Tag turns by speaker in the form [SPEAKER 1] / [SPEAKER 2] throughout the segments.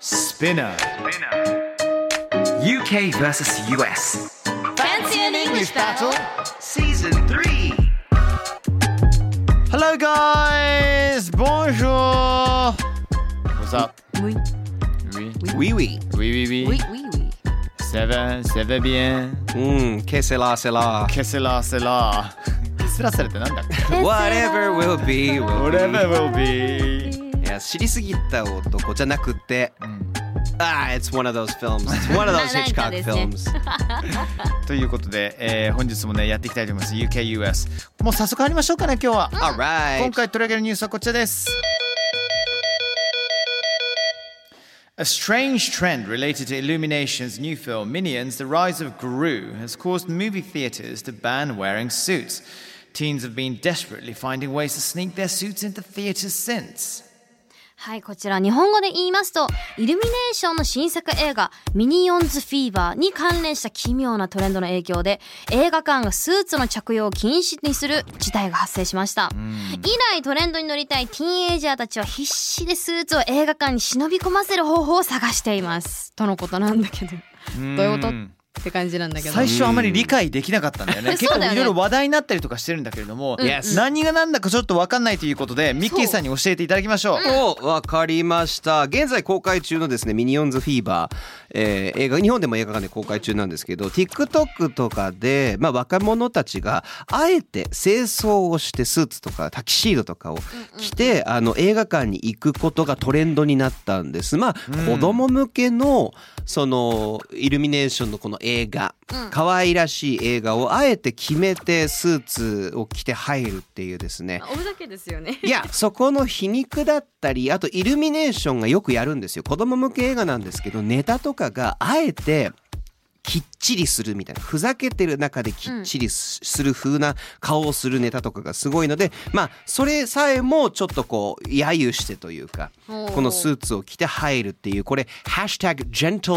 [SPEAKER 1] Spinner.
[SPEAKER 2] UK versus US.
[SPEAKER 3] Fancy an English battle?
[SPEAKER 2] Season 3.
[SPEAKER 1] Hello, guys. Bonjour. What's up?
[SPEAKER 3] Oui,
[SPEAKER 1] Oui.
[SPEAKER 2] Wee wee.
[SPEAKER 1] Oui, oui,
[SPEAKER 3] oui,
[SPEAKER 1] oui.
[SPEAKER 3] oui, oui.
[SPEAKER 1] Ça va, ça va bien.
[SPEAKER 2] Mmm, que se la se la.
[SPEAKER 1] ケセラセラ。ケセラセラってなんだっけ
[SPEAKER 2] Whatever will be, will
[SPEAKER 1] ?Whatever will be.
[SPEAKER 2] be. いや、知りすぎた男じゃなくて。Ah, it's one of those films. It's one of those
[SPEAKER 3] ななんか
[SPEAKER 2] Hitchcock
[SPEAKER 3] ですね
[SPEAKER 2] films.
[SPEAKER 1] ということで、えー本日もね、やっていきたいと思います。UKUS。もう早速入りましょうかね、今日は。今
[SPEAKER 2] Alright.
[SPEAKER 1] 回取り上げるニュースはこちらです。A strange trend related to Illumination's new film Minions The Rise of Gru has caused movie theaters to ban wearing suits. Teens have been desperately finding ways to sneak their suits into theaters since.
[SPEAKER 3] はい、こちら日本語で言いますと、イルミネーションの新作映画、ミニオンズフィーバーに関連した奇妙なトレンドの影響で、映画館がスーツの着用を禁止にする事態が発生しました。以来トレンドに乗りたいティーンエイジャーたちは必死でスーツを映画館に忍び込ませる方法を探しています。とのことなんだけど。どういうことって感じなんだけど。
[SPEAKER 1] 最初あまり理解できなかったんだよね結
[SPEAKER 3] そう
[SPEAKER 1] 構
[SPEAKER 3] だよね
[SPEAKER 1] いろいろ話題になったりとかしてるんだけれども、
[SPEAKER 2] Yes
[SPEAKER 1] 何が何だかちょっと分かんないということでミッキーさんに教えていただきましょう。
[SPEAKER 2] おわかりました現在公開中のですね「ミニオンズフィーバー」えー映画日本でも映画館で公開中なんですけど TikTok とかで、まあ、若者たちがあえて清掃をしてスーツとかタキシードとかを着て、あの映画館に行くことがトレンドになったんですまあ、子供向けのそのイルミネーションのこの映画、可愛らしい映画をあえて決めてスーツを着て入るっていうですね
[SPEAKER 3] おふざけです よね。
[SPEAKER 2] いやそこの皮肉だったりあとイルミネーションがよくやるんですよ子供向け映画なんですけどネタとかがあえてきっちりするみたいなふざけてる中できっちりすする風な顔をするネタとかがすごいのでまあそれさえもちょっとこう揶揄してというか
[SPEAKER 3] おー
[SPEAKER 2] このスーツを着て入るっていうこれ「ハッシュタグ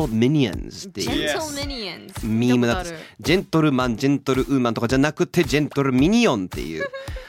[SPEAKER 2] #gentleminions」って
[SPEAKER 3] ジ
[SPEAKER 2] いう
[SPEAKER 3] ェントルミニオンズ。
[SPEAKER 2] ミームだったんですジェントルマンジェントルウーマンとかじゃなくてジェントルミニオンっていう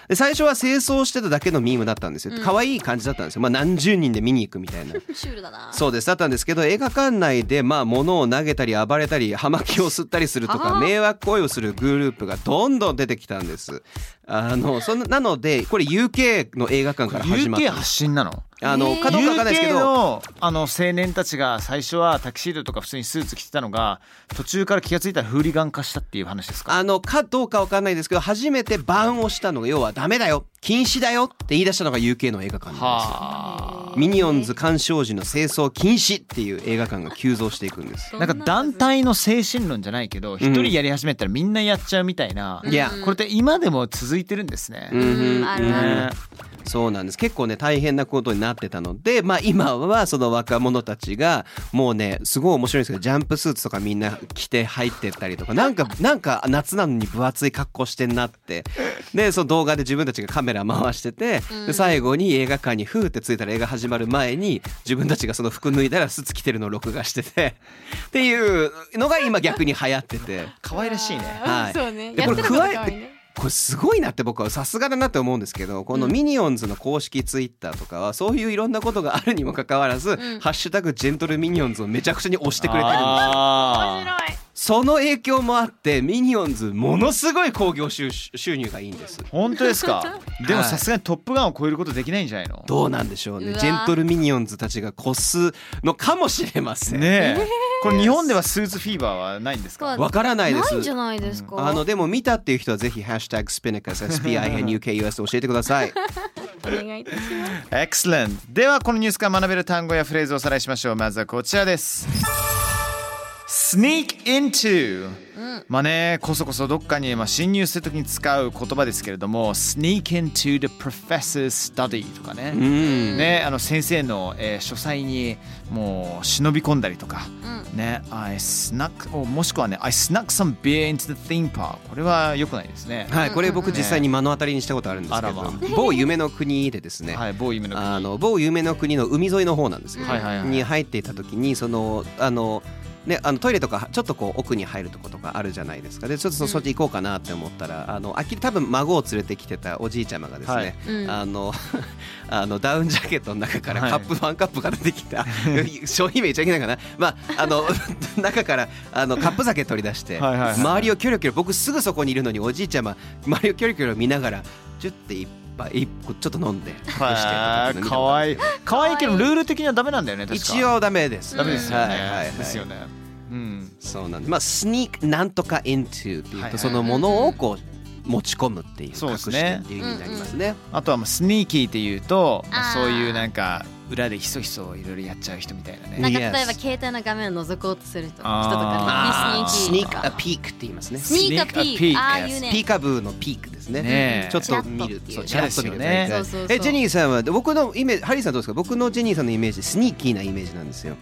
[SPEAKER 2] で最初は清掃してただけのミームだったんですよ可愛い感じだったんですよ、まあ、何十人で見に行くみたいな
[SPEAKER 3] シュールだな。
[SPEAKER 2] そうですだったんですけど映画館内でまあ物を投げたり暴れたり葉巻を吸ったりするとか迷惑行為をするグループがどんどん出てきたんですあのそんななのでこれ UK の映画館から始まっ
[SPEAKER 1] UK
[SPEAKER 2] たんで
[SPEAKER 1] 発
[SPEAKER 2] す
[SPEAKER 1] 信なの
[SPEAKER 2] あのかどうかわかんないですけ
[SPEAKER 1] UK
[SPEAKER 2] ど
[SPEAKER 1] のあの青年たちが最初はタキシードとか普通にスーツ着てたのが途中から気がついたらフーリガン化したっていう話ですか
[SPEAKER 2] あのかどうかわかんないですけど初めてバンをしたのが要はダメだよ禁止だよって言い出したのが UK の映画館なんですよ
[SPEAKER 1] は
[SPEAKER 2] ミニオンズ鑑賞時の清掃禁止っていう映画館が急増していくんです
[SPEAKER 1] あなんか団体の精神論じゃないけど一人やり始めたらみんなやっちゃうみたいな、
[SPEAKER 2] いや
[SPEAKER 1] これって今でも続いてるんですね、
[SPEAKER 3] うん、あるある。
[SPEAKER 1] ね
[SPEAKER 2] そうなんです結構ね大変なことになってたのでまあ今はその若者たちがもうねすごい面白いんですけどジャンプスーツとかみんな着て入ってったりとかなんかなんか夏なのに分厚い格好してんなってでその動画で自分たちがカメラ回しててで最後に映画館にフーってついたら映画始まる前に自分たちがその服脱いだらスーツ着てるのを録画しててっていうのが今逆に流行ってて。
[SPEAKER 1] 可愛らしいね
[SPEAKER 2] はい、
[SPEAKER 3] そうね
[SPEAKER 2] で
[SPEAKER 3] や
[SPEAKER 2] こ
[SPEAKER 3] っ
[SPEAKER 2] れ
[SPEAKER 3] てることが
[SPEAKER 2] 加え
[SPEAKER 3] 可愛いね
[SPEAKER 2] てこれすごいなって僕はさすがだなって思うんですけどこのミニオンズの公式ツイッターとかはそういういろんなことがあるにもかかわらず「ハッシュタグジェントルミニオンズ」をめちゃくちゃに押してくれてるんです
[SPEAKER 1] あー
[SPEAKER 2] その影響もあってミニオンズものすごい興行収収入がいいんです
[SPEAKER 1] 本当ですかでも
[SPEAKER 2] はい
[SPEAKER 1] さすがに「トップガン」を超えることできないんじゃないの
[SPEAKER 2] どうなんでしょう
[SPEAKER 3] う
[SPEAKER 2] ね
[SPEAKER 3] わ
[SPEAKER 2] ジェントルミニオンズたちが越すのかもしれません
[SPEAKER 1] ねえこれ日本ではスーツフィーバーはないんですか
[SPEAKER 3] そう
[SPEAKER 2] わからないです
[SPEAKER 3] ないんじゃないですか。
[SPEAKER 2] あのでも見たっていう人はぜひ「ハッシュタグスピネカス SPINUKUS」教えてくださ い
[SPEAKER 3] お願いいたします。
[SPEAKER 1] Excellent ではこのニュースから学べる単語やフレーズをおさらいしましょうまずはこちらです sneak into、まあねこそこそどっかにまあ侵入するときに使う言葉ですけれども sneak into the professor's study とかね、ねあの先生の、えー書斎にもう忍び込んだりとか、ね I snuck おもしくはね I snuck some beer into the theme park これは良くないですね、
[SPEAKER 2] はい、これ僕実際に目の当たりにしたことあるんですけ
[SPEAKER 1] あらま
[SPEAKER 2] ど、某夢の国でですね、
[SPEAKER 1] はい某夢の国
[SPEAKER 2] あの某夢の国の海沿いの方なんですけど、
[SPEAKER 1] はいはいはい
[SPEAKER 2] に入っていた時にそのあのね、あのトイレとかちょっとこう奥に入るとことかあるじゃないですかでちょっとそそっち行こうかなって思ったら、あのあき多分孫を連れてきてたおじいちゃまがですね、
[SPEAKER 1] はい
[SPEAKER 3] うん
[SPEAKER 2] あの あのダウンジャケットの中から
[SPEAKER 1] はい
[SPEAKER 2] カップ、ワンカップが出てきた 商品名言っちゃいけないかな、まあ、あの 中からあのカップ酒取り出して
[SPEAKER 1] はいはいはい
[SPEAKER 2] 周りをキョロキョロ僕すぐそこにいるのにおじいちゃま周りをキョロキョロ見ながらちょっと一杯一個ちょっと飲んで
[SPEAKER 1] はいかわいいかわいいけどルール的にはダメなんだよね確か
[SPEAKER 2] 一応ダメです、
[SPEAKER 1] ダメですよね、
[SPEAKER 2] はいはいはい、
[SPEAKER 1] ですよねうん
[SPEAKER 2] そうなんですまあスニークなんとか into っていう
[SPEAKER 1] はいは
[SPEAKER 2] と
[SPEAKER 1] い
[SPEAKER 2] そのものをこう持ち込むっていう
[SPEAKER 1] そう
[SPEAKER 2] 隠
[SPEAKER 1] です
[SPEAKER 2] し
[SPEAKER 1] ね
[SPEAKER 2] てっていう意味になりますね
[SPEAKER 1] あとはもうスニーキーっていうとまあ
[SPEAKER 3] あー
[SPEAKER 1] そういうなんか裏でひそひそいろいろやっちゃう人みたいなね
[SPEAKER 3] なんか例え
[SPEAKER 2] Yes
[SPEAKER 3] ば携帯の画面を覗こうとする人人と
[SPEAKER 1] あー
[SPEAKER 3] かね
[SPEAKER 2] ス
[SPEAKER 3] ス
[SPEAKER 2] ニー
[SPEAKER 3] ニー
[SPEAKER 2] ク
[SPEAKER 3] キ
[SPEAKER 2] あ
[SPEAKER 3] ー
[SPEAKER 2] ピークって言いますね
[SPEAKER 3] スニーカーピークああいう
[SPEAKER 2] ピー
[SPEAKER 3] ね
[SPEAKER 2] カブーのピークですね
[SPEAKER 1] ねえ
[SPEAKER 2] ちょっと見る
[SPEAKER 3] ちらっとっていうね
[SPEAKER 2] ちらっと見る
[SPEAKER 1] そうです
[SPEAKER 3] よねそうそうそう
[SPEAKER 2] えジェニーさんは僕のイメージハリーさんどうですか僕のジェニーさんのイメージスニーキーなイメージなんですよ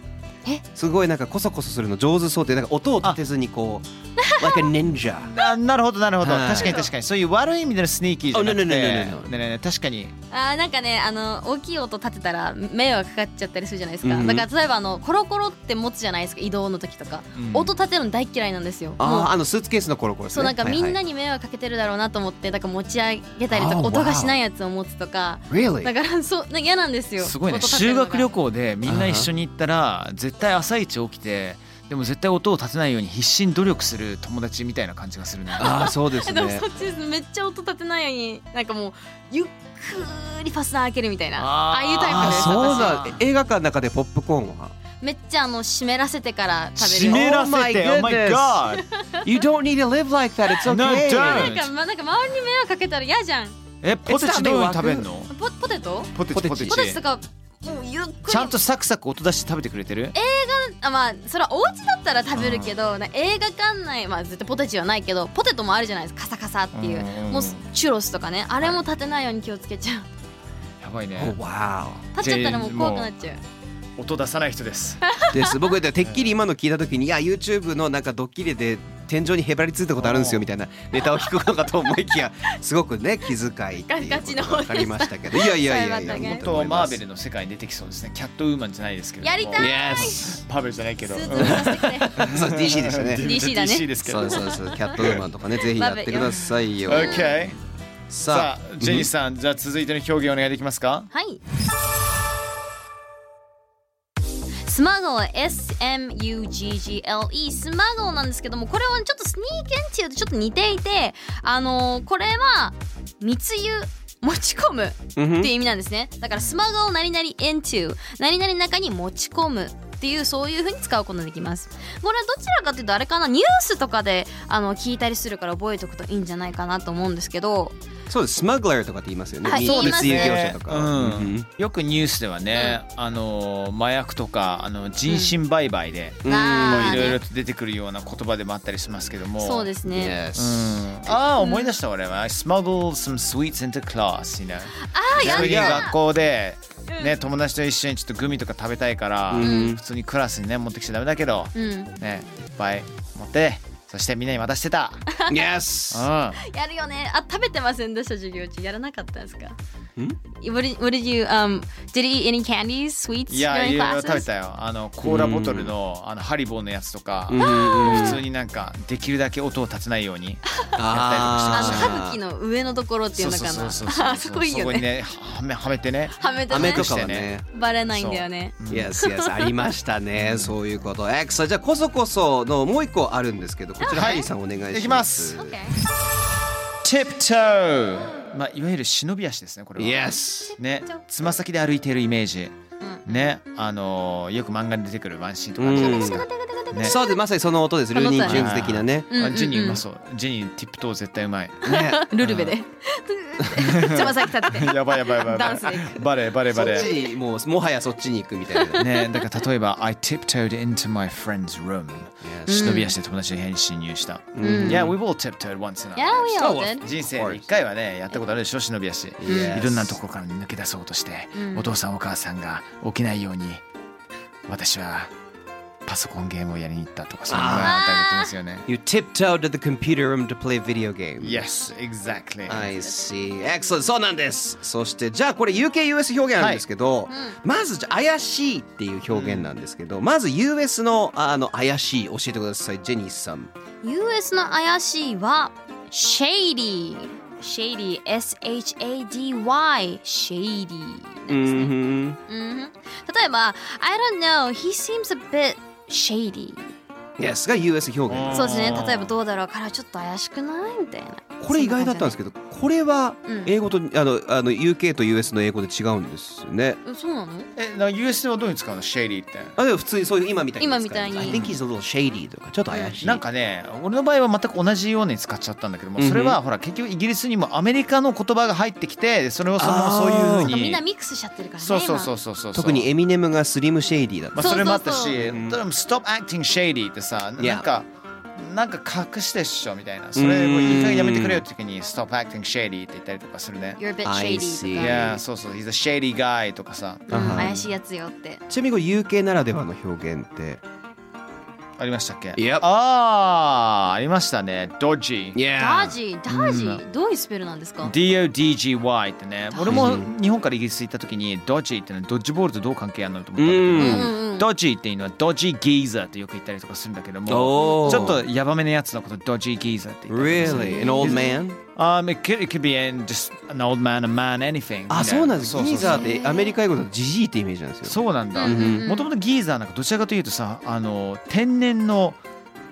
[SPEAKER 3] え
[SPEAKER 2] すごいなんかコソコソするの上手そうでなんか音を立てずにこ う like a ninja
[SPEAKER 1] あなるほどなるほど
[SPEAKER 2] はい
[SPEAKER 1] 確かに確かにそういう悪い意味でのスニーキーじゃなくて
[SPEAKER 2] Oh, no, no, no, no, no, no.
[SPEAKER 1] ねえねえ確かに
[SPEAKER 3] あーなんかねあの大きい音立てたら迷惑かかっちゃったりするじゃないです
[SPEAKER 2] う
[SPEAKER 3] か、
[SPEAKER 2] んうん
[SPEAKER 3] だから例えばあのコロコロって持つじゃないですか移動の時とか、
[SPEAKER 1] うん
[SPEAKER 3] 音立てるの大嫌いなんですよ
[SPEAKER 2] あ
[SPEAKER 3] も
[SPEAKER 2] ああのスーツケースのコロコロ
[SPEAKER 3] うそうなんかみんな
[SPEAKER 2] に
[SPEAKER 3] に迷惑かけてるだろうなと思ってだから持ち上げたりとか
[SPEAKER 2] Oh, wow.
[SPEAKER 3] 音がしないやつを持つとか
[SPEAKER 2] Really?
[SPEAKER 3] だからそうなんか嫌なんですよ
[SPEAKER 1] すごいね
[SPEAKER 3] 音立てる
[SPEAKER 1] 修
[SPEAKER 3] のが
[SPEAKER 1] 学旅行でみんな一緒に行ったら絶対朝一起きてでも絶対音を立てないように必死に努力する友達みたいな感じがするね
[SPEAKER 2] ああそうです
[SPEAKER 3] えでも
[SPEAKER 2] ね
[SPEAKER 3] そっちですめっちゃ音立てないようになんかもうゆっくりファスナー開けるみたいな
[SPEAKER 1] あー
[SPEAKER 3] ああいうタイプ
[SPEAKER 2] あ
[SPEAKER 3] で
[SPEAKER 2] あ
[SPEAKER 3] す
[SPEAKER 2] そう
[SPEAKER 3] 私
[SPEAKER 2] だ映画館の中でポップコーンは
[SPEAKER 3] めっちゃあの湿らせてから食べ
[SPEAKER 1] 湿
[SPEAKER 3] る
[SPEAKER 2] め
[SPEAKER 1] らせて
[SPEAKER 2] Oh my
[SPEAKER 1] Oh my
[SPEAKER 2] goodness.
[SPEAKER 1] god
[SPEAKER 2] You don't need to live like that it's
[SPEAKER 1] No,
[SPEAKER 2] okay
[SPEAKER 1] don't.
[SPEAKER 3] なんかまなんか周りに迷惑かけたら嫌じゃん
[SPEAKER 1] えポテチどういうふうに食べんの
[SPEAKER 3] ポポテト
[SPEAKER 1] ポテチポテ
[SPEAKER 3] ポテチ
[SPEAKER 1] チ
[SPEAKER 3] とかもうゆっくり
[SPEAKER 1] ちゃんとサクサク音出して食べてくれてる
[SPEAKER 3] あまあそれはお家だったら食べるけどな映画館内まあ絶対ポテチはないけどポテトもあるじゃないですかカサカサっていう
[SPEAKER 1] うん
[SPEAKER 3] もうチュロスとかねあれも立てないように気をつけちゃう
[SPEAKER 1] やばい
[SPEAKER 2] Oh,
[SPEAKER 1] ね
[SPEAKER 2] wow
[SPEAKER 3] 立っちゃったらもう怖くなっちゃう
[SPEAKER 1] 音出さない人 です
[SPEAKER 2] です僕でてっきり今の聞いた時にいや YouTube のなんかドッキリで天井にへばりついたことあるんですよみたいなネタを聞くのかと思いきやすごくね気遣いっていう
[SPEAKER 3] ガチの方
[SPEAKER 2] 分
[SPEAKER 3] でし
[SPEAKER 2] か
[SPEAKER 3] た
[SPEAKER 2] りましたけどいやいやいやいや
[SPEAKER 3] そういうわけね
[SPEAKER 2] 本当
[SPEAKER 1] と
[SPEAKER 2] 思い
[SPEAKER 1] マ
[SPEAKER 2] ま
[SPEAKER 1] ー
[SPEAKER 2] す
[SPEAKER 1] ベルの世界に出てきそうですねキャットウーマンじゃないですけれども
[SPEAKER 3] やりたい
[SPEAKER 1] Yes パーベルじゃないけ
[SPEAKER 3] ス
[SPEAKER 1] ど
[SPEAKER 3] ーツ脱がしてくれ
[SPEAKER 2] そう DC でしたね
[SPEAKER 3] DC だね
[SPEAKER 1] DC ですけ
[SPEAKER 2] そ
[SPEAKER 1] ど
[SPEAKER 2] うそうそうキャットウーマンと かねぜひやってくださいよ
[SPEAKER 1] OK
[SPEAKER 2] さ
[SPEAKER 1] さ
[SPEAKER 2] あ
[SPEAKER 1] あジェニーさんじゃあ続いての表現お願いできますか
[SPEAKER 3] はいスマゴー SMUGGLE スマゴーなんですけどもこれはちょっとスニーケンっていうとちょっと似ていてあのーこれは密輸持ち込む
[SPEAKER 2] うんふ
[SPEAKER 3] っ
[SPEAKER 2] ん
[SPEAKER 3] ていう意味なんですねだからスマゴを何々 into 何々の中に持ち込むっていうそういう風に使うことができますこれはどちらかというとあれかなニュースとかであの聞いたりするから覚えておくといいんじゃないかなと思うんですけど
[SPEAKER 2] そうですスマグラーとかって言いますよね
[SPEAKER 3] はい
[SPEAKER 2] 密
[SPEAKER 3] そうです
[SPEAKER 2] 密輸
[SPEAKER 3] ね
[SPEAKER 2] 業者とか
[SPEAKER 1] うん
[SPEAKER 2] うんうん
[SPEAKER 1] よくニュースではねあの麻薬とかあの人身売買で
[SPEAKER 2] ん
[SPEAKER 3] あー
[SPEAKER 1] いろいろ
[SPEAKER 3] ね
[SPEAKER 1] と出てくるような言葉でもあったりしますけども
[SPEAKER 3] そうですね
[SPEAKER 2] Yes
[SPEAKER 1] うんああ思い出した俺は I smuggled some sweets into class you know
[SPEAKER 3] ああや
[SPEAKER 1] 逆
[SPEAKER 3] る
[SPEAKER 1] に
[SPEAKER 3] や
[SPEAKER 1] 学校で、ね、友達と一緒にちょっとグミとか食べたいから、
[SPEAKER 2] ん
[SPEAKER 1] 普通にクラスにね持ってきちゃダメだけど、
[SPEAKER 3] うんや
[SPEAKER 1] ねいっぱい持ってそしてみんなに渡してた、う
[SPEAKER 2] Yes
[SPEAKER 1] ん、
[SPEAKER 3] るよねあ食べてませんでした授業中やらなかったんですか
[SPEAKER 2] ん
[SPEAKER 3] What did, what did you um did you eat any candies sweets
[SPEAKER 1] いや
[SPEAKER 3] during
[SPEAKER 1] いろいろ
[SPEAKER 3] classes
[SPEAKER 1] 食べたよあのコーラボトルのあのハリボーのやつとか、
[SPEAKER 2] うんうんうん
[SPEAKER 1] 普通になんかできるだけ音を立てないように
[SPEAKER 3] あの
[SPEAKER 1] ー
[SPEAKER 3] 歯茎の上のところっていうのかな あそこいい
[SPEAKER 1] そ
[SPEAKER 3] よ
[SPEAKER 1] こに
[SPEAKER 3] ね
[SPEAKER 1] ねはめはめてね
[SPEAKER 3] はめて
[SPEAKER 2] 飴
[SPEAKER 3] ね
[SPEAKER 2] とかはね
[SPEAKER 3] バレないんだよね
[SPEAKER 2] Yes, yes, ありましたね。そういうこと。え、さあじゃあこそこそのもう一個あるんですけど、こちら
[SPEAKER 1] は
[SPEAKER 2] ハ
[SPEAKER 1] い
[SPEAKER 2] リーさんお願いします。
[SPEAKER 1] いきます。
[SPEAKER 3] Okay.
[SPEAKER 1] tiptoe まあいわゆる忍び足ですねこれは
[SPEAKER 2] Yes.
[SPEAKER 1] ねつま先で歩いているイメージ、ねあのーよく漫画に出てくるワンシーンとかあるじゃないですか、
[SPEAKER 3] だから。
[SPEAKER 2] そうですまさにその音ですルーニー・チューンズ的なね。
[SPEAKER 3] うんうんう
[SPEAKER 1] あ
[SPEAKER 3] ん
[SPEAKER 1] ジェニーうまそうジェニーティップトー絶対う まい
[SPEAKER 2] ね
[SPEAKER 3] ルルベで。 つま先立って。
[SPEAKER 1] やばいやばいやばいやばい
[SPEAKER 3] ダンスで
[SPEAKER 1] バレーバレー
[SPEAKER 2] そ
[SPEAKER 1] バ
[SPEAKER 2] っ
[SPEAKER 1] レ
[SPEAKER 2] ち
[SPEAKER 1] ー
[SPEAKER 2] にもうもはやそっちに行くみたいな。
[SPEAKER 1] ねだから例えば「I tiptoed into my friend's room」忍び足で友達の部屋に侵入した「Yeah we've all tiptoed once in our
[SPEAKER 3] Yeah, we
[SPEAKER 1] lives
[SPEAKER 3] all did.
[SPEAKER 1] 人生で一回はねやったことあるでしょ忍び足いろんなところから抜け出そうとしてお父さんお母さんが起きないように私はパソコンゲームをやりに行ったとかそういうのがあったりしますよね
[SPEAKER 2] You tiptoed to the computer room to play video game.
[SPEAKER 1] Yes exactly
[SPEAKER 2] I see. Excellent. そうなんです。そして、じゃあこれ UKUS 表現なんですけど、まずじゃあ怪しいっていう表現なんですけど、まず US のあの怪しい教えてください、ジェニーさん。
[SPEAKER 3] US の怪しいは shady。shady shady shady ですね。
[SPEAKER 2] ん。
[SPEAKER 3] うんふん例えば I don't know he seems a bit shady。
[SPEAKER 2] Yes が US 表現。
[SPEAKER 3] そうですね。例えばどうだろうからちょっと怪しくないみたいな。
[SPEAKER 2] これ意外だったんですけど、これは
[SPEAKER 3] うん
[SPEAKER 2] 英語と、あのあの UK と US の英語で違うんですよね。
[SPEAKER 3] えそうなの？
[SPEAKER 1] えなんか US はどういうの使うのシェイリーって
[SPEAKER 2] あでも普通にそういう今みたいに使います。
[SPEAKER 3] 今みたいに
[SPEAKER 2] I think he's a little shady とかちょっと怪しい。
[SPEAKER 1] なんかね俺の場合は全く同じように使っちゃったんだけどもそれはほら結局イギリスにもアメリカの言葉が入ってきてそれをそのままそういうふう
[SPEAKER 3] なんかみ
[SPEAKER 1] に
[SPEAKER 3] んなミックスしちゃってるからね。。
[SPEAKER 1] そうそうそううそうそう
[SPEAKER 2] 特にエミネムがスリムシェイディだった
[SPEAKER 1] まあそれもあった
[SPEAKER 3] そうそう
[SPEAKER 1] し
[SPEAKER 2] そう
[SPEAKER 1] ただ Stop acting shady ってさ
[SPEAKER 2] Yeah
[SPEAKER 1] なんかなんか隠してっしょみたいなそれもういい加減やめてくれよって時に Stop acting shady って言ったりとかするね
[SPEAKER 3] You're a bit
[SPEAKER 2] I
[SPEAKER 3] shady と
[SPEAKER 1] い
[SPEAKER 3] か
[SPEAKER 2] see.。
[SPEAKER 1] やそうそう He's a shady guy とかさ
[SPEAKER 3] うん
[SPEAKER 2] あは
[SPEAKER 3] 怪しいやつよって。
[SPEAKER 2] ちなみにこれ UK ならではの表現って。
[SPEAKER 1] ありましたっけ
[SPEAKER 2] Yep
[SPEAKER 1] ああーありましたね Dodgy
[SPEAKER 3] ダージー、ダージー、どういうスペルなんですか？
[SPEAKER 1] DODGY ってね俺も日本からイギリス行った時にドッジーってのはドッジボールとどう関係あるのと思ったんだけ
[SPEAKER 3] う
[SPEAKER 1] ど、
[SPEAKER 3] んうんうん。
[SPEAKER 1] ドッジーっていうのはドッジーギーザーってよく言ったりとかするんだけども
[SPEAKER 2] お
[SPEAKER 1] ちょっとヤバめなやつのことドッジーギーザーって言ったりとかする
[SPEAKER 2] Really? An old man?
[SPEAKER 1] Um, it could, it could be in just an old man, a man, anything.
[SPEAKER 2] あ、そうなんです。
[SPEAKER 1] そう
[SPEAKER 2] ギ
[SPEAKER 1] そ
[SPEAKER 2] ー
[SPEAKER 1] うそう
[SPEAKER 2] ザーってアメリカ英語だとジジイってイメージなんですよ。
[SPEAKER 1] そうなんだ。
[SPEAKER 3] うんうんうん
[SPEAKER 1] もともとギーザーなんかどちらかというとさ、あの天然の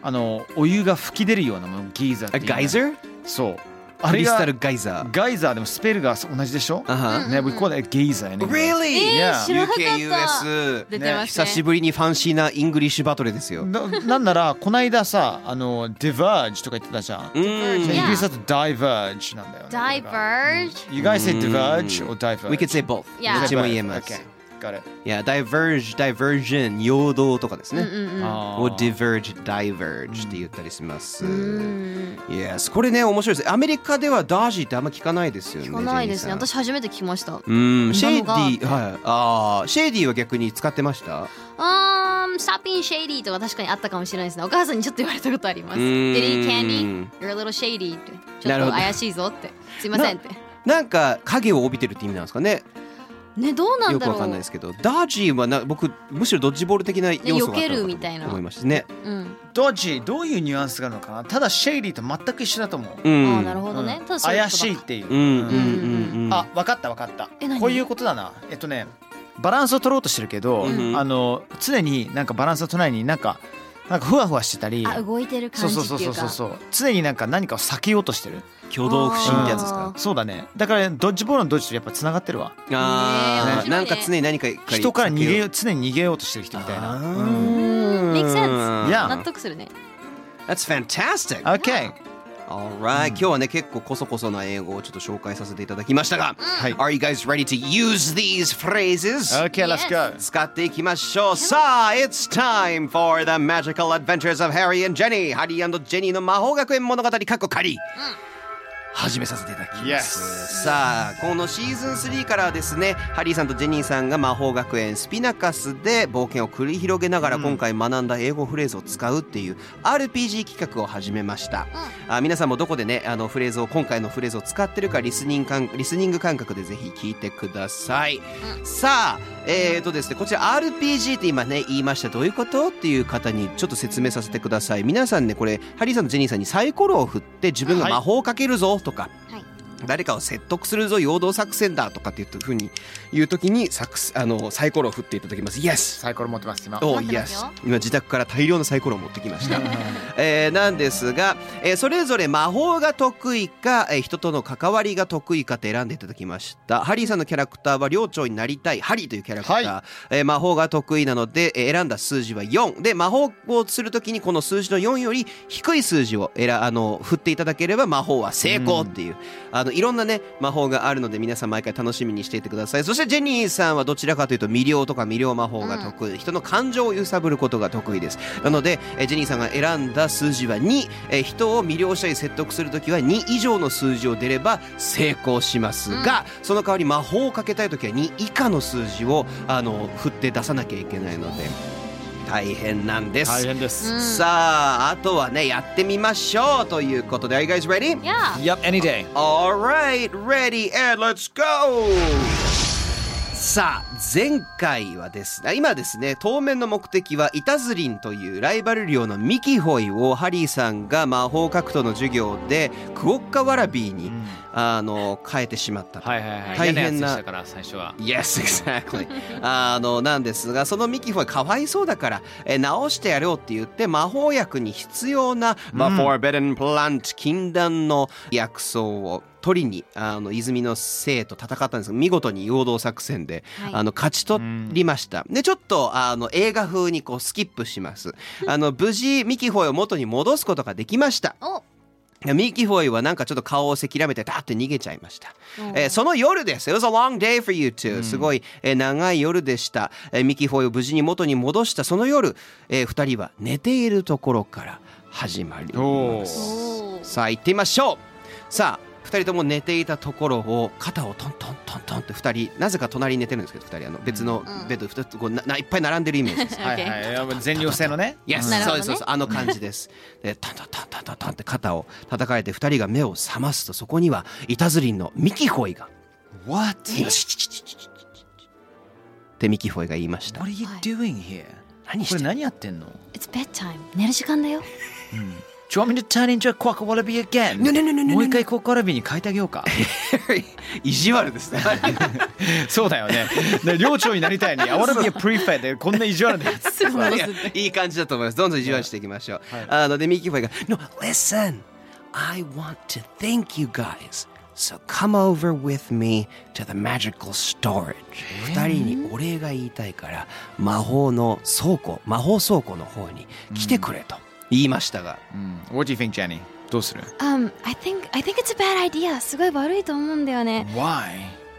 [SPEAKER 1] あのお湯が噴き出るようなものギーザー
[SPEAKER 2] あ
[SPEAKER 1] っていうの
[SPEAKER 2] ガイザー
[SPEAKER 1] そう。あ
[SPEAKER 2] ク
[SPEAKER 1] れ
[SPEAKER 2] リスタ
[SPEAKER 1] が
[SPEAKER 2] ルガイザー。
[SPEAKER 1] ガイザーでもスペルが同じでしょ。
[SPEAKER 2] あは
[SPEAKER 1] ね、we call it geezer. in English.
[SPEAKER 2] Really?
[SPEAKER 3] え
[SPEAKER 1] Yeah.
[SPEAKER 3] ー、知らなかった。
[SPEAKER 2] UKUS
[SPEAKER 3] 出てますね。
[SPEAKER 2] 久しぶりにファンシーなイングリッシュバトルですよ。
[SPEAKER 1] ななんならこの間さあの diverge とか言ってたじゃん。
[SPEAKER 2] うん
[SPEAKER 1] イギ
[SPEAKER 3] Yeah
[SPEAKER 1] リスだと diverge なんだよね。
[SPEAKER 3] Diverge.
[SPEAKER 1] You guys say diverge or diverge?
[SPEAKER 2] We could say both.
[SPEAKER 3] Yeah
[SPEAKER 2] どっちも言えます。
[SPEAKER 1] Okay. Got it.
[SPEAKER 2] いや、diverge、diversion、陽動とかですね。
[SPEAKER 1] あー
[SPEAKER 2] を diverge、diverge って言ったりします。
[SPEAKER 3] うん。
[SPEAKER 2] Yes、これね、面白いです。アメリカではダージーってあんま聞かないですよね。
[SPEAKER 3] 聞かないですね。
[SPEAKER 2] ジェニーさん
[SPEAKER 3] 私初めて聞きました。
[SPEAKER 2] うん、シェ
[SPEAKER 3] 今のが
[SPEAKER 2] イディ、はい、ああ、シェイディは逆に使ってました。
[SPEAKER 3] あーん、ス o ピンシェイディとか確かにあったかもしれないですね。お母さんにちょっと言われたことありま
[SPEAKER 2] う
[SPEAKER 3] す。
[SPEAKER 2] ーん
[SPEAKER 3] Did he candy? You're a little shady って。ち
[SPEAKER 2] な
[SPEAKER 3] ょ
[SPEAKER 2] る
[SPEAKER 3] っ
[SPEAKER 2] ほ
[SPEAKER 3] と
[SPEAKER 2] ど
[SPEAKER 3] 怪しいぞって。すいませんって。
[SPEAKER 2] なんか影を帯びてるって意味なんですかね。
[SPEAKER 3] ね、どうなん
[SPEAKER 2] よく
[SPEAKER 3] だろ
[SPEAKER 2] わ
[SPEAKER 3] う。
[SPEAKER 2] かんないですけど、ダージーはな、僕、むしろドッジボール的な要素があったのか
[SPEAKER 3] ね避ける
[SPEAKER 2] と
[SPEAKER 3] みたいな
[SPEAKER 2] 思いましたね。
[SPEAKER 3] うん。
[SPEAKER 1] ドジーどういうニュアンスがあるのかなただシェイリーと全く一緒だと思う。
[SPEAKER 2] う
[SPEAKER 3] あ
[SPEAKER 2] ん、
[SPEAKER 3] ーなるほどね。
[SPEAKER 1] うん
[SPEAKER 3] ただそうう
[SPEAKER 1] 怪
[SPEAKER 3] こと
[SPEAKER 1] しいっ
[SPEAKER 3] ばっか
[SPEAKER 1] ていう。
[SPEAKER 2] うん、うん、
[SPEAKER 1] う
[SPEAKER 2] うんん、うん。
[SPEAKER 1] あ、わかったわかった
[SPEAKER 3] え何。
[SPEAKER 1] こういうことだな。えっとね、バランスを取ろうとしてるけど、
[SPEAKER 2] うん
[SPEAKER 1] あの常になんかバランスを取らないになんかなんかふわふわしてたり。
[SPEAKER 3] あ、動いてる
[SPEAKER 1] そ
[SPEAKER 3] 感
[SPEAKER 1] うそ
[SPEAKER 3] じ
[SPEAKER 1] う
[SPEAKER 3] っ
[SPEAKER 1] そう
[SPEAKER 3] てい
[SPEAKER 1] そううそ
[SPEAKER 3] か。
[SPEAKER 1] う常になんか何かを避けようとしてる
[SPEAKER 2] 挙動不審ってやつですか。
[SPEAKER 1] そうだねだからドッジボールのドッジとやっぱつながってるわ
[SPEAKER 2] あ
[SPEAKER 3] ね
[SPEAKER 2] あ、
[SPEAKER 3] え
[SPEAKER 2] なんか常に何か
[SPEAKER 1] 人から逃げよ
[SPEAKER 2] う
[SPEAKER 1] う常に逃げようとしてる人みたいな
[SPEAKER 2] あ
[SPEAKER 1] うん
[SPEAKER 3] うん Makes sense.
[SPEAKER 2] ー
[SPEAKER 1] Yeah
[SPEAKER 3] 納得するね。
[SPEAKER 2] That's fantastic.
[SPEAKER 1] OK
[SPEAKER 2] Alright、今日はね結構こそこそな英語をちょっと紹介させていただきましたが、
[SPEAKER 1] はい
[SPEAKER 2] Are you guys ready to use these phrases?
[SPEAKER 1] OK let's go
[SPEAKER 2] 使っていきましょうさあ It's time for the magical adventures of Harry and Jenny ハリージェニーの魔法学園物語カッコ仮、始めさせていただきます、さあこのシーズン3からはですねハリーさんとジェニーさんが魔法学園スピナカスで冒険を繰り広げながら今回学んだ英語フレーズを使うっていう RPG 企画を始めました、あ皆さんもどこでねあのフレーズを今回のフレーズを使ってるかリスニング感リスニング感覚でぜひ聞いてください、さあえー、とですねこちら RPG って今ね言いましたどういうことっていう方にちょっと説明させてください皆さんねこれハリーさんとジェニーさんにサイコロを振って自分が魔法をかけるぞとか、
[SPEAKER 3] はい
[SPEAKER 2] 誰かを説得するぞ陽動作戦だとかっていうふうに言う時にサクスあのサイコロを振っていただきますイエス
[SPEAKER 1] サイコロ持ってます今
[SPEAKER 2] お
[SPEAKER 3] 待って
[SPEAKER 2] イエ
[SPEAKER 3] ます
[SPEAKER 2] ス
[SPEAKER 3] よ
[SPEAKER 2] 今自宅から大量のサイコロを持ってきました、 えーなんですが、えーそれぞれ魔法が得意か、えー人との関わりが得意かって選んでいただきましたハリーさんのキャラクターは寮長になりたいハリーというキャラクター、
[SPEAKER 1] は
[SPEAKER 2] えー魔法が得意なので、えー選んだ数字は4で魔法をするときにこの数字の4より低い数字を選あの振っていただければ魔法は成功っていう、あのいろんなね魔法があるので皆さん毎回楽しみにしていてくださいそしてジェニーさんはどちらかというと魅了とか魅了魔法が得意、人の感情を揺さぶることが得意ですなのでえージェニーさんが選んだ数字は2えー人を魅了したり説得するときは2以上の数字を出れば成功しますが、その代わり魔法をかけたいときは2以下の数字をあの振って出さなきゃいけないので大変なんです、
[SPEAKER 1] 大変です、
[SPEAKER 3] うん
[SPEAKER 2] さああとはねやってみましょうということで Are you guys ready?
[SPEAKER 1] Yep,
[SPEAKER 3] Yeah.
[SPEAKER 1] any day.
[SPEAKER 2] Alright, ready and let's go! さあ前回はですね今ですね当面の目的はイタズリンというライバル寮のミキホイをハリーさんが魔法格闘の授業でクオッカワラビーに、あの変えてしまったと
[SPEAKER 1] はいはいはい。
[SPEAKER 2] 大変な
[SPEAKER 1] 嫌やつでしたから最初は。
[SPEAKER 2] Yes, exactly. あの、なんですが、そのミキフォイかわいそうだから、えー直してやろうって言って、魔法薬に必要な、まあ、Forbidden Plant 禁断の薬草を取りに、あの、泉の生と戦ったんですが、見事に陽動作戦で、
[SPEAKER 3] はい
[SPEAKER 2] あの、勝ち取りました。で、ちょっと、あの、映画風にこう、スキップします。 あの、無事、ミキフォイを元に戻すことができました。
[SPEAKER 3] お
[SPEAKER 2] ミキフォイはなんかちょっと顔をせきらめてダーって逃げちゃいました。えーその夜です。It was a long day for you two.、すごい、えー長い夜でした、えーミキフォイを無事に元に戻したその夜、えー二人は寝ているところから始まりま
[SPEAKER 3] お
[SPEAKER 2] す。さあ行ってみましょう。さあ二人とも寝ていたところを肩をトントントントンって二人なぜか隣に寝てるんですけど二人あの別のベッド二つこうなないっぱい並んでるイメージです。
[SPEAKER 1] はいはい。やっぱ全寮制のね。
[SPEAKER 2] Yes
[SPEAKER 3] なるほ
[SPEAKER 2] そうで
[SPEAKER 3] どね
[SPEAKER 2] すそうですあの感じです。でタンタンタンタンタンタンって肩を叩かれて二人が目を覚ますとそこにはイタズリンのミキホイが
[SPEAKER 1] What?
[SPEAKER 2] 「よしちちちちちちちってミキホイが言いました
[SPEAKER 1] What。are you doing here?
[SPEAKER 2] 何して
[SPEAKER 1] これ
[SPEAKER 2] んの
[SPEAKER 1] 何やってんの Do
[SPEAKER 3] It's bedtime. 寝る時間だよ。
[SPEAKER 1] you want me to turn into a quack wallaby again?
[SPEAKER 2] No, no, no, no, no, no.
[SPEAKER 1] もう一回コックワラビーに変えてあげようか。
[SPEAKER 2] 意地悪です ね。
[SPEAKER 1] そうだよ ね。ね寮長になりたいに、I wanna be a prefect でこんな意地悪なやつ。
[SPEAKER 3] すごい
[SPEAKER 2] いやいい感じだと思います。どんどん意地悪していきましょう。あのでミキホイが「No, listen! I want to thank you guys! So come over with me to the magical storage!」二人にお礼が言いたいから魔法の倉庫魔法倉庫の方に来てくれと言いましたが、
[SPEAKER 1] What do you think, Jenny? どうする
[SPEAKER 3] Um, I think, I think it's a bad idea. すごい悪いと思うんだよね。
[SPEAKER 1] ?Why?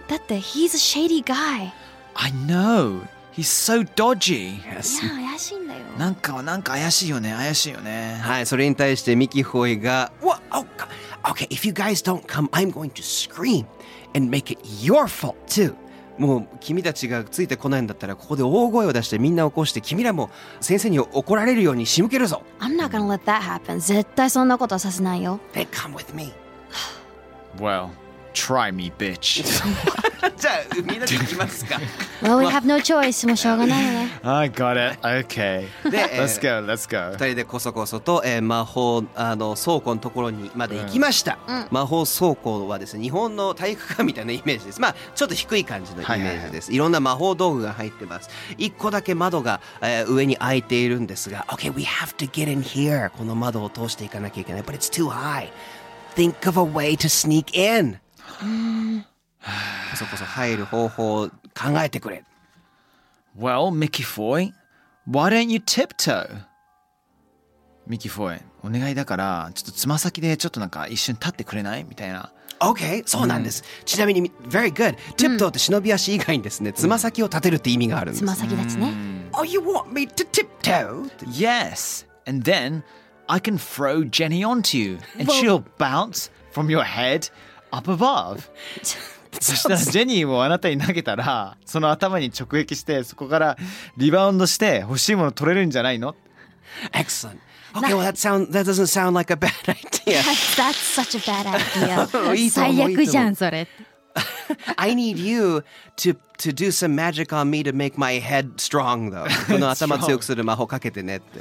[SPEAKER 3] だって、he's a shady guy.
[SPEAKER 1] I know. He's so dodgy.
[SPEAKER 3] いや、怪しいんだよ。
[SPEAKER 1] なんか、なんか怪しいよね。怪しいよね。
[SPEAKER 2] はい、それに対してミキホイが、What? Oh, God. Okay, if you guys don't come, I'm going to scream and make it your fault too. もう君たちがついてこないんだったらここで大声を出してみんな起こして君らも先生に怒られるように仕向ける ぞ
[SPEAKER 3] I'm not gonna let that happen. 絶対そんなことはさせないよ。
[SPEAKER 2] !Then come with me!
[SPEAKER 1] Well, try me, bitch.
[SPEAKER 2] じゃあみんなで行きますか
[SPEAKER 3] Well, we have no choice. もうしょうがないよね。
[SPEAKER 1] I got it. Okay.
[SPEAKER 2] で、え
[SPEAKER 1] Let's
[SPEAKER 2] ー
[SPEAKER 1] go, let's go.
[SPEAKER 2] 二人でこそこそと、えー魔法あの倉庫のところにまで行きました、魔法倉庫はですね日本の体育館みたいなイメージですまあちょっと低い感じのイメージです、
[SPEAKER 1] はいいはい
[SPEAKER 2] ろんな魔法道具が入ってます一個だけ窓が、えー上に開いているんですが OK we have to get in here この窓を通していかなきゃいけない but it's too high think of a way to sneak in こそこそ入る方法を考えてくれ
[SPEAKER 1] Well, Mickey Foy, why don't you tiptoe? ミキフォイ、お願いだから、ちょっとつま先でちょっとなんか一瞬立ってくれないみたいな。
[SPEAKER 2] OK そうなんです、ちなみに Very good ティプトって忍び足以外にですねつま先を立てるって意味があるんで
[SPEAKER 3] つ
[SPEAKER 2] す、
[SPEAKER 3] ま先立ちね。
[SPEAKER 2] Oh you want me to tiptoe?
[SPEAKER 1] Yes! And then I can throw Jenny onto you, and she'll bounce from your head up above. そしたらジェニーをあなたに投げたら、その頭に直撃して、そこからリバウンドして欲しいもの取れるんじゃないの
[SPEAKER 2] Excellent Okay well that, sound, that doesn't sound like a bad idea
[SPEAKER 3] That's such a bad
[SPEAKER 2] い
[SPEAKER 3] idea.
[SPEAKER 2] いと思う
[SPEAKER 3] 最悪じゃん、それ。
[SPEAKER 2] I need you to, to do some magic on me to make my head strong, though. この頭強くする魔法かけてねって。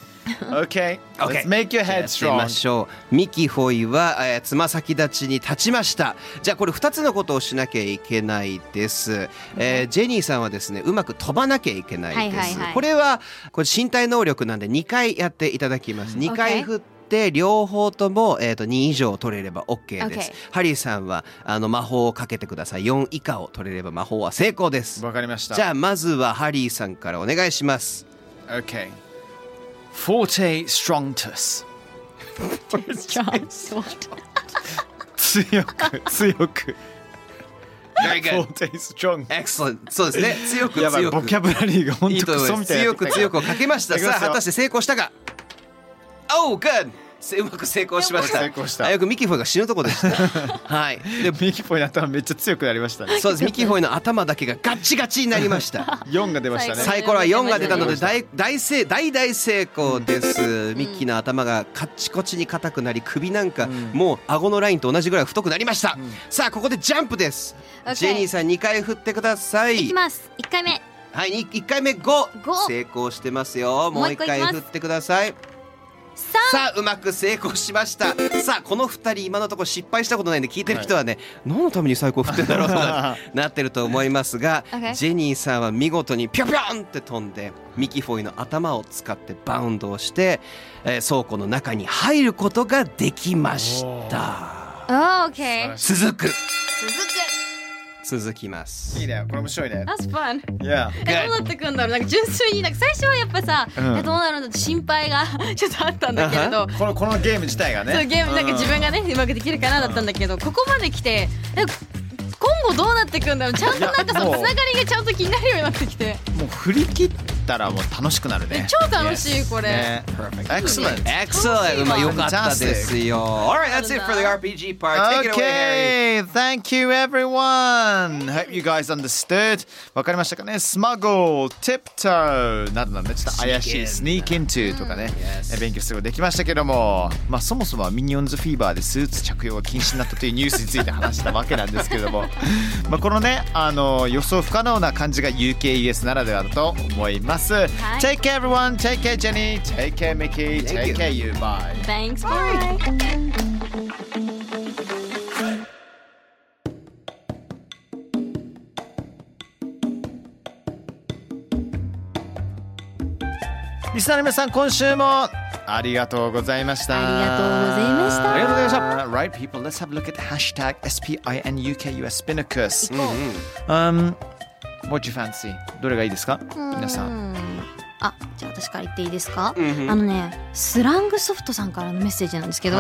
[SPEAKER 1] Okay,
[SPEAKER 2] OK
[SPEAKER 1] let's make
[SPEAKER 2] じ
[SPEAKER 1] your
[SPEAKER 2] ゃあや
[SPEAKER 1] head
[SPEAKER 2] ってみ
[SPEAKER 1] strong.
[SPEAKER 2] ましょうミキホイは、えーつま先立ちに立ちましたじゃあこれ2つのことをしなきゃいけないです、えージェニーさんはですねうまく飛ばなきゃいけないです、
[SPEAKER 3] はいはいはい
[SPEAKER 2] これはこれ身体能力なんで2回やっていただきます2回
[SPEAKER 3] OK
[SPEAKER 2] 振って両方とも、えー、と2以上取れれば OK です、ハリーさんはあの魔法をかけてください4以下を取れれば魔法は成功です
[SPEAKER 1] わかりました。
[SPEAKER 2] じゃあまずはハリーさんからお願いします
[SPEAKER 1] Okay. Forte strongtus. 強く、強く。
[SPEAKER 2] Very good
[SPEAKER 1] Forte strong.
[SPEAKER 2] Excellent そうですね強く
[SPEAKER 1] やばい
[SPEAKER 2] 強
[SPEAKER 1] ボ
[SPEAKER 2] く
[SPEAKER 1] キャブラリーが本
[SPEAKER 2] いい
[SPEAKER 1] 当
[SPEAKER 2] と
[SPEAKER 1] ク
[SPEAKER 2] 思い
[SPEAKER 1] ソ
[SPEAKER 2] ま
[SPEAKER 1] み
[SPEAKER 2] す
[SPEAKER 1] たいな
[SPEAKER 2] 強く強くかけました
[SPEAKER 1] いきます
[SPEAKER 2] さあ
[SPEAKER 1] よ
[SPEAKER 2] 果たして成功したか Oh good せうまく成功しました
[SPEAKER 1] うまく成功した
[SPEAKER 2] あよくミキホイが死ぬとこで したはいで
[SPEAKER 1] ミキポイの頭めっちゃ強くなりましたね
[SPEAKER 2] そうですミキホイの頭だけがガッチガチになりました
[SPEAKER 1] 4が出ましたね
[SPEAKER 3] 最後
[SPEAKER 2] サイコロは4が出たので大大成大大成功ですミッキーの頭がカッチコチに硬くなり首なんかもう顎のラインと同じぐらい太くなりましたさあここでジャンプです
[SPEAKER 3] OK
[SPEAKER 2] ジェニーさん2回振ってください
[SPEAKER 3] いきます1回目
[SPEAKER 2] はい、に一回目五
[SPEAKER 3] 五
[SPEAKER 2] 成功してますよ。も
[SPEAKER 3] も
[SPEAKER 2] う一
[SPEAKER 3] う一個いきます
[SPEAKER 2] 回振ってください。
[SPEAKER 3] 三
[SPEAKER 2] さあうまく成功しましたさあこの2人今のところ失敗したことないんで聞いてる人はね、何のために最高振ってんだろうと かなってると思いますが、
[SPEAKER 3] Okay
[SPEAKER 2] ジェニーさんは見事にピョンピョンって飛んでミキフォイの頭を使ってバウンドをして、えー倉庫の中に入ることができました
[SPEAKER 3] あー OK
[SPEAKER 2] 続く
[SPEAKER 3] 続
[SPEAKER 2] 続きます
[SPEAKER 1] いいねこれ面白いね
[SPEAKER 3] く That's fun
[SPEAKER 1] いや
[SPEAKER 3] えどうなってくんだろうなんか純粋になんか最初はやっぱさ、
[SPEAKER 1] うん
[SPEAKER 3] えどうなるんだって心配が ちょっとあったんだけれど、
[SPEAKER 1] このこのゲーム自体がね
[SPEAKER 3] そうゲームなんか自分がね、うまくできるかなだったんだけどここまで来てなんか今後どうなってくんだろうちゃんとなんかそ
[SPEAKER 1] いや
[SPEAKER 3] のつ
[SPEAKER 1] もう
[SPEAKER 3] ながりがちゃんと気になるようになってきて
[SPEAKER 1] もう振り切ったらもう楽しくなるね
[SPEAKER 3] 超楽しいこれ、
[SPEAKER 1] ね Excellent
[SPEAKER 2] Excellent! まあよかったですよ。Alright, that's it for the RPG part. Take it away, Harry.
[SPEAKER 1] Okay, thank you everyone. Hope you guys understood. わかりましたかね ?smuggle, tiptoe などなどね、ちょっと怪しい
[SPEAKER 2] Sneak
[SPEAKER 1] sneak into とかね、
[SPEAKER 2] Yes.
[SPEAKER 1] え勉強することができましたけども、まあそもそもはミニオンズフィーバーでスーツ着用が禁止になったというニュースについて話したわけなんですけども、 まあこのね、あの予想不可能な感じが UKUS ならではだと思います。Take care everyone, take care Jenny, take care Mickey,
[SPEAKER 2] Thank you.
[SPEAKER 1] take care you, bye.
[SPEAKER 3] Thanks bye
[SPEAKER 1] リスナーの皆さん、今週もありがとうございました。
[SPEAKER 3] ありがとうございました
[SPEAKER 1] ありがとうございました。Right, people, let's have a look at the hashtag SPINUKUS Spinnacus. うん、what do you fancy? どれがいいですか皆さん。
[SPEAKER 3] んあじゃあ私から言っていいですか、
[SPEAKER 2] んうん
[SPEAKER 3] あのねスラングソフトさんからのメッセージなんですけど、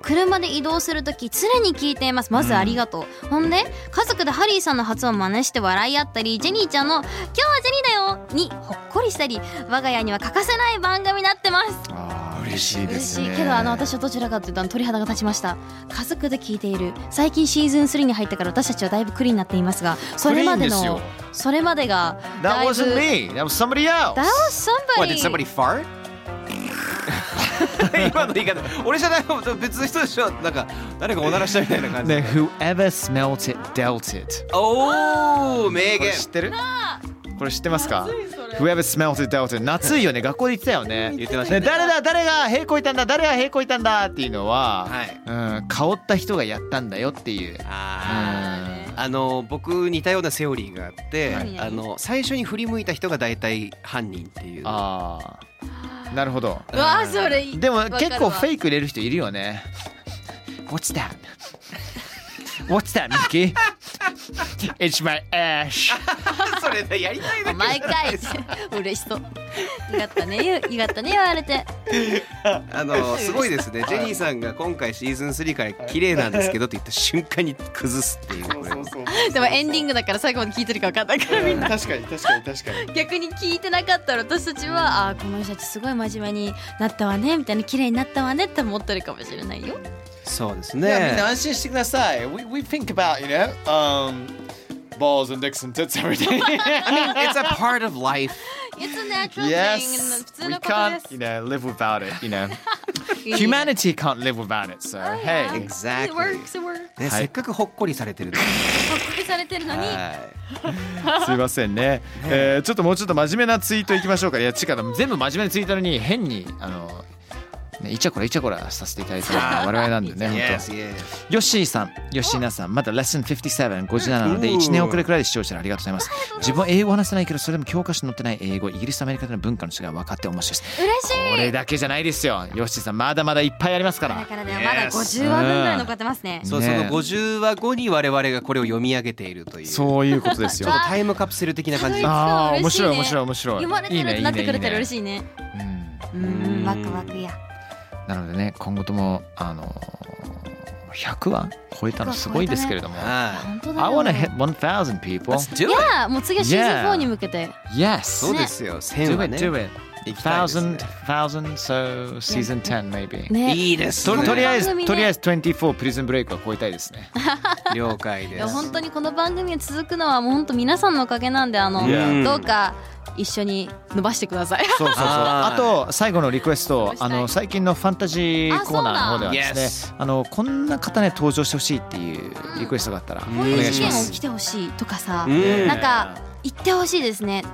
[SPEAKER 3] 車で移動するとき常に聞いていますまずありがとう、ほんで家族でハリーさんの発音を真似して笑い合ったりジェニーちゃんの「今日はジェニーだよ!」にほっこりしたり我が家には欠かせない番組になってます
[SPEAKER 1] ああ、嬉しいで
[SPEAKER 3] 嬉
[SPEAKER 1] す
[SPEAKER 3] し
[SPEAKER 1] ね。
[SPEAKER 3] いけどあの私はどちらかというとあの鳥肌が立ちました家族で聞いている最近シーズン3に入ってから私たちはだいぶクリーンになっていますがそれま
[SPEAKER 1] ク
[SPEAKER 3] で
[SPEAKER 1] リーン
[SPEAKER 3] の
[SPEAKER 1] で
[SPEAKER 3] それまでがだ
[SPEAKER 1] That
[SPEAKER 3] いぶ
[SPEAKER 1] wasn't me. That was somebody else.
[SPEAKER 3] That was
[SPEAKER 2] What, did somebody fart? 今の言い方俺じゃないもん別の人でしょなんか誰かおならしたみたいな感じ、
[SPEAKER 1] ね、whoever smelt it, dealt it.
[SPEAKER 2] おお名
[SPEAKER 1] これ
[SPEAKER 2] 言
[SPEAKER 1] 知ってるこれ知ってますか Whoever smelt it, dealt it. 夏いよね、学校で言ってたよね。
[SPEAKER 2] 言ってました
[SPEAKER 1] ね、
[SPEAKER 2] ね
[SPEAKER 1] 誰だ誰が平行いたんだ誰が平行いたんだっていうのは、
[SPEAKER 2] はい
[SPEAKER 1] うん、香った人がやったんだよっていう。
[SPEAKER 2] あーあの僕似たようなセオリーがあって、
[SPEAKER 3] はい
[SPEAKER 2] あの最初に振り向いた人が大体犯人っていう
[SPEAKER 1] ああ、なるほど。
[SPEAKER 3] うわそれ
[SPEAKER 1] でも結構フェ
[SPEAKER 3] イ
[SPEAKER 1] イク入れる人いるよね。What's that? What's that, Mickey? It's my ash.
[SPEAKER 2] それでやりたいだけ
[SPEAKER 3] 毎回 嬉しそう よかったねよかったね言われて
[SPEAKER 2] あのすごいですねジェニーさんが今回シーズン3から綺麗なんですけどって言った瞬間に崩すっていうこれ
[SPEAKER 3] でもエンディングだから最後まで聞いてるか分かんないからみんな確かに確かに確かに 逆に聞いてなかったら私たちはあーこの人たちすごい真面目になったわねみたいな綺麗になったわねって思ってるかもしれないよ
[SPEAKER 2] そうです
[SPEAKER 1] いやみんな
[SPEAKER 2] ね
[SPEAKER 1] 安心してください。We, we think about, you know, um, balls and dicks and tits every
[SPEAKER 2] I
[SPEAKER 1] day.
[SPEAKER 2] mean, it's a part of life
[SPEAKER 3] It's a natural thing. 普
[SPEAKER 1] Yes,
[SPEAKER 3] 通
[SPEAKER 1] we
[SPEAKER 3] のことで
[SPEAKER 1] can't,
[SPEAKER 3] す
[SPEAKER 1] you。know, live without it. You know,
[SPEAKER 3] いいね
[SPEAKER 1] humanity can't live without it. So hey,
[SPEAKER 2] Exactly.
[SPEAKER 3] It works, it works.
[SPEAKER 2] ねせっかくほっこりされてるのに。
[SPEAKER 3] 発掘されてるのに。
[SPEAKER 2] は
[SPEAKER 1] すいませんね、えーちょっともうちょっと真面目なツイートいきましょうかいやちか全部真面目なツイートなのに変にあの、ね、イチャコライチャコラさせていただいてるのは我々なんでね
[SPEAKER 2] い。
[SPEAKER 1] 本
[SPEAKER 2] Yes, yes.
[SPEAKER 1] 当ヨッシーさんヨッシーナさんまだレッスン5757なので
[SPEAKER 2] うん
[SPEAKER 1] 1年遅れくらいで視聴者ありがとうございます自分は英語話せないけどそれでも教科書に載ってない英語イギリスとアメリカでの文化の違い分かって面白い です
[SPEAKER 3] 嬉しい。
[SPEAKER 1] これだけじゃないですよヨッシーさんまだまだいっぱいありますから
[SPEAKER 3] だからね、ま
[SPEAKER 2] Yes
[SPEAKER 3] だ50話分ぐらい残ってますね。
[SPEAKER 2] そう、そ
[SPEAKER 1] ね
[SPEAKER 2] の50話後に我々がこれを読み上げているという。う。
[SPEAKER 1] そういうことです よ
[SPEAKER 2] タイムカプセル的な感じ。
[SPEAKER 3] あ
[SPEAKER 1] ああ
[SPEAKER 3] 嬉
[SPEAKER 1] 面
[SPEAKER 3] しいね
[SPEAKER 1] 白い面白い面白い
[SPEAKER 3] 読まれてるってなってくれたら嬉
[SPEAKER 1] い
[SPEAKER 3] しいね。
[SPEAKER 1] いねいいねうん
[SPEAKER 3] うん、ワクワクや。
[SPEAKER 1] なのでね今後ともあのー100は超えたのすごいですけれども。
[SPEAKER 2] は
[SPEAKER 3] 本当だ
[SPEAKER 1] I wanna
[SPEAKER 3] よ。
[SPEAKER 1] hit 1000
[SPEAKER 2] い。
[SPEAKER 1] people.
[SPEAKER 2] Let's do
[SPEAKER 3] い
[SPEAKER 2] it.
[SPEAKER 3] や、もう次はシーズン
[SPEAKER 1] Yeah
[SPEAKER 3] 4に向けて。
[SPEAKER 1] Yes.
[SPEAKER 2] そうですよ。1000
[SPEAKER 1] Do
[SPEAKER 2] は
[SPEAKER 1] it,
[SPEAKER 2] ね。
[SPEAKER 1] do it.
[SPEAKER 2] 行きたいですね
[SPEAKER 1] 1000 1000 so season 10 maybe.
[SPEAKER 3] ね。
[SPEAKER 2] いいです
[SPEAKER 1] と
[SPEAKER 2] ね。
[SPEAKER 1] とりあえ
[SPEAKER 3] この
[SPEAKER 1] ず
[SPEAKER 3] 番組ね
[SPEAKER 1] とりあえず24プリズンブレイクは超えたいですね。
[SPEAKER 2] 了解
[SPEAKER 3] い
[SPEAKER 2] で
[SPEAKER 3] や
[SPEAKER 2] す。
[SPEAKER 3] 本当にこの番組が続くのはもう本当皆さんのおかげなんであの、
[SPEAKER 2] Yeah
[SPEAKER 3] どうか一緒に伸ばしてください。
[SPEAKER 1] そうそうそう。
[SPEAKER 2] は
[SPEAKER 1] あ
[SPEAKER 2] い
[SPEAKER 1] と最後のリクエスト
[SPEAKER 3] した
[SPEAKER 1] あ
[SPEAKER 3] い
[SPEAKER 1] の最近のファンタジーコーナーの方ではですねあのこんな方ね登場してほしいっていうリクエストがあったらお
[SPEAKER 2] ん
[SPEAKER 3] こういう
[SPEAKER 1] 願いし
[SPEAKER 3] 事
[SPEAKER 1] ま
[SPEAKER 3] 件
[SPEAKER 1] す。
[SPEAKER 3] 起きてほしいとかさ、
[SPEAKER 2] うん
[SPEAKER 3] なんか言ってほしいですね。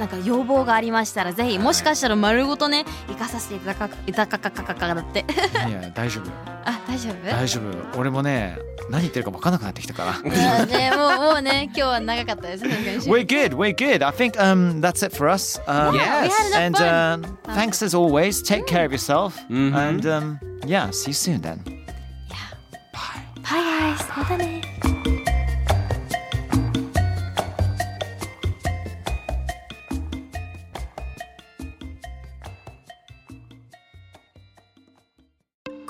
[SPEAKER 3] なんか要望がありましたらぜひもしかしたら丸ごとね生かさせていただかいただかかかかだって。
[SPEAKER 1] いや大丈夫
[SPEAKER 3] あ大丈夫？
[SPEAKER 1] 大丈夫。俺もね何言ってるか分からなくなってきたから。
[SPEAKER 3] そうねもうもうね今日は長かったです。
[SPEAKER 1] We're good. We're good. I think um, that's it for us. Um,
[SPEAKER 2] Yeah, we
[SPEAKER 3] had enough
[SPEAKER 1] and
[SPEAKER 3] fun. Mm-hmm.
[SPEAKER 1] um, thanks as always. Take care of yourself.
[SPEAKER 2] Mhm.
[SPEAKER 1] And um, yeah, see you soon then.
[SPEAKER 3] バイバイまたね。